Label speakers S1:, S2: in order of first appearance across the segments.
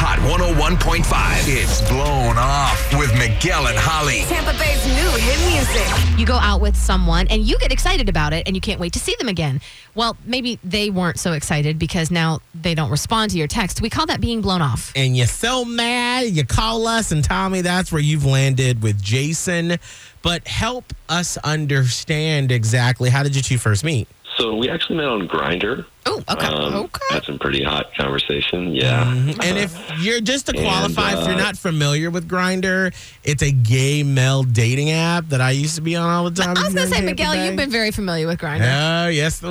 S1: Hot 101.5. It's blown off with Miguel and Holly.
S2: Tampa Bay's new hit music.
S3: You go out with someone and you get excited about it and you can't wait to see them again. Well, maybe they weren't so excited because now they don't respond to your text. We call that being blown off.
S4: and you're so mad. You call us and Tommy, that's where you've landed with Jason. But help us understand exactly how did you two first meet?
S5: So we actually met on Grinder.
S3: Oh, okay.
S5: Um,
S3: okay. Mm-hmm.
S5: Had some pretty hot conversation. Yeah.
S4: And if you're just to
S5: And,
S4: qualify, if you're
S5: uh,
S4: not familiar with Grinder, it's a gay male dating app that I used to be on all the time.
S3: I was going
S4: You
S3: to say,
S4: remember
S3: Miguel,
S4: Tampa
S3: you've
S4: Bay?
S3: been very familiar with Grindr.
S4: Oh, yes, there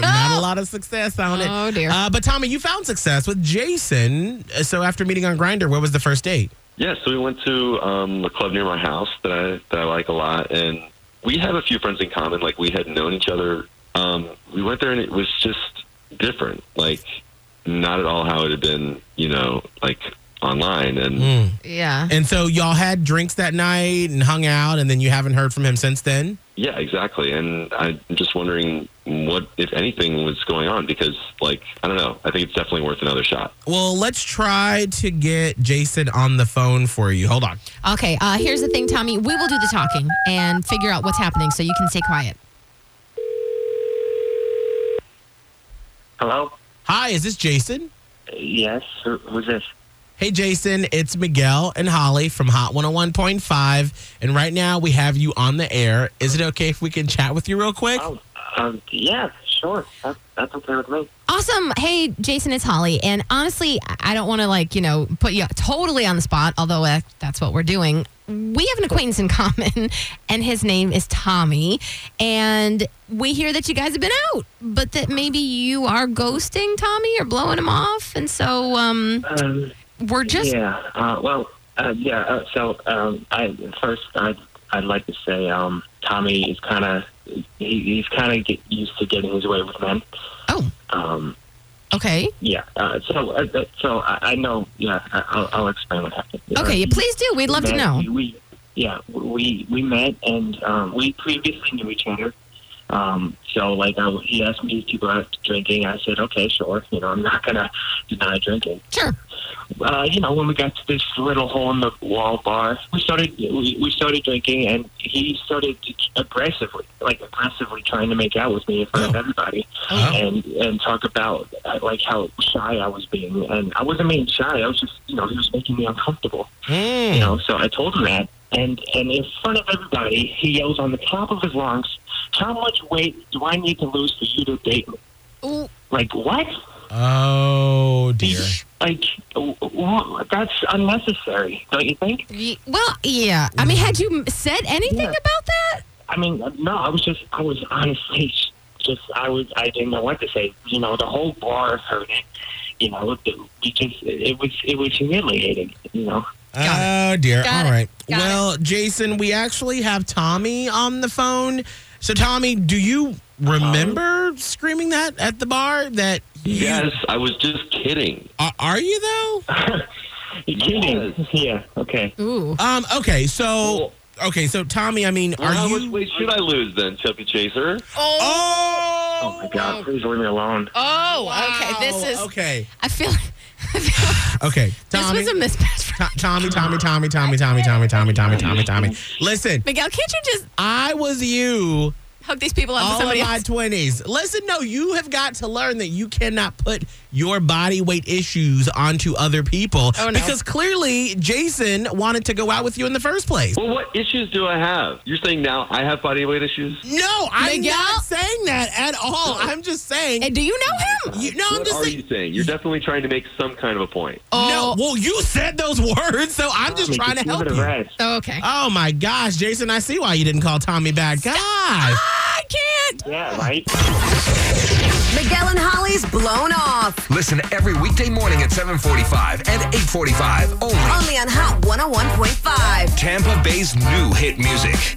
S4: Not a lot of success on it.
S3: Oh, dear.
S4: Uh, but Tommy, you found success with Jason. Uh, So after meeting on Grinder, where was the first date?
S5: Yeah, so we went to um, a club near my house that I that I like a lot, and we have a few friends in common. Like we had known each other. Um, we went there, and it was just different. Like not at all how it had been, you know, like online. And
S3: Hmm. Yeah.
S4: And so y'all had drinks that night and hung out, and then you haven't heard from him since then?
S5: yeah, exactly. And I'm just wondering what, if anything, was going on because, like, I don't know. I think it's definitely worth another shot.
S4: Well, let's try to get Jason on the phone for you. Hold on.
S3: Okay. Uh, here's the thing, Tommy. We will do the talking and figure out what's happening so you can stay quiet.
S6: Hello?
S4: Hi, is this Jason?
S6: Yes? Who, who's this?
S4: Hey, Jason, it's Miguel and Holly from Hot 101.5. And right now we have you on the air. Is it okay if we can chat with you real quick?
S6: Oh, um, yeah, sure. That, that's okay with me.
S3: Awesome. Hey, Jason, it's Holly. And honestly, I- I don't want to, like, you know, put you totally on the spot, although uh, that's what we're doing. We have an acquaintance in common, and his name is Tommy. And we hear that you guys have been out, but that maybe you are ghosting Tommy or blowing him off. And so um,
S6: Um,
S3: we're just.
S6: yeah, uh, well, uh, yeah, uh, so, um, I, first, I'd, I'd like to say, um, Tommy is kind of, he, he's kind of get used to getting his way with men.
S3: Oh,
S6: Um,
S3: okay.
S6: yeah, uh, so, uh, uh, so I, I know, yeah, I, I'll, I'll explain what happened.
S3: Okay, please do. We'd love to
S6: met-
S3: know.
S6: We, yeah, we we met and um, we previously knew each other. Um, so like I, he asked me to go out drinking. I said, okay, sure. You know, I'm not gonna deny drinking.
S3: Sure.
S6: Uh, you know, when we got to this little hole in the wall bar, we started we, we started drinking, and he started aggressively, like aggressively trying to make out with me in front of everybody,
S4: Oh.
S6: and and talk about uh, like how shy I was being, and I wasn't being shy. I was just you know he was making me uncomfortable
S4: Mm.
S6: you know. So I told him that, and and in front of everybody, he yells on the top of his lungs, "How much weight do I need to lose for you to date me?"
S3: Ooh,
S6: Like what?
S4: Oh, dear.
S6: Like w- w- that's unnecessary, don't you think?
S3: y- well, yeah. I mean, had you said anything
S6: Yeah.
S3: about that?
S6: I mean, no, I was just, I was honestly just, I was, I didn't know what to say. You know, the whole bar heard it. You know, the- we just, it was, it was humiliating. You know.
S4: Oh dear.
S3: Got
S4: All
S3: it.
S4: right.
S3: Got
S4: well, Jason, we actually have Tommy on the phone. So Tommy, do you remember screaming that at the bar that you-
S5: Yes, I was just kidding.
S4: are, are you though?
S6: You kidding? Yeah. Okay.
S3: Ooh.
S4: Um okay, so okay, so Tommy, I mean,
S5: Well,
S4: are
S5: how
S4: you
S5: much weight should I lose then, Chubby Chaser?
S4: Oh,
S6: Oh my God! Please leave me alone.
S3: Oh, okay.
S4: wow.
S3: This is.
S4: Okay.
S3: I feel. I feel
S4: Okay. Tommy.
S3: This was a mismatch.
S4: To- Tommy, Tommy, Tommy, Tommy, Tommy, Tommy, Tommy, Tommy, Tommy, Tommy. Listen,
S3: Miguel, can't you just
S4: I was you
S3: hook these people up
S4: all
S3: with
S4: of
S3: somebody
S4: my
S3: else?
S4: twenties. Listen, no, you have got to learn that you cannot put your body weight issues onto other people
S3: Oh, no.
S4: because clearly Jason wanted to go out with you in the first place.
S5: Well, what issues do I have? You're saying now I have body weight issues?
S4: No, I'm
S3: Miguel?
S4: not saying that at all. I'm just saying.
S3: And do you know him?
S4: you, no, I'm
S5: what
S4: just
S5: are
S4: saying.
S5: you saying? You're definitely trying to make some kind of a point.
S3: Oh.
S4: No, well, you said those words, so I'm just
S6: Tommy,
S4: trying to
S6: just
S4: help
S6: leave it a
S4: you.
S6: rest.
S3: Oh, okay.
S4: Oh my gosh, Jason, I see why you didn't call Tommy back. Gosh.
S3: I can't.
S6: Yeah. Right.
S2: Miguel and Holly's Blown Off.
S1: Listen every weekday morning at 745 and 845 only.
S2: Only on Hot 101.5.
S1: Tampa Bay's new hit music.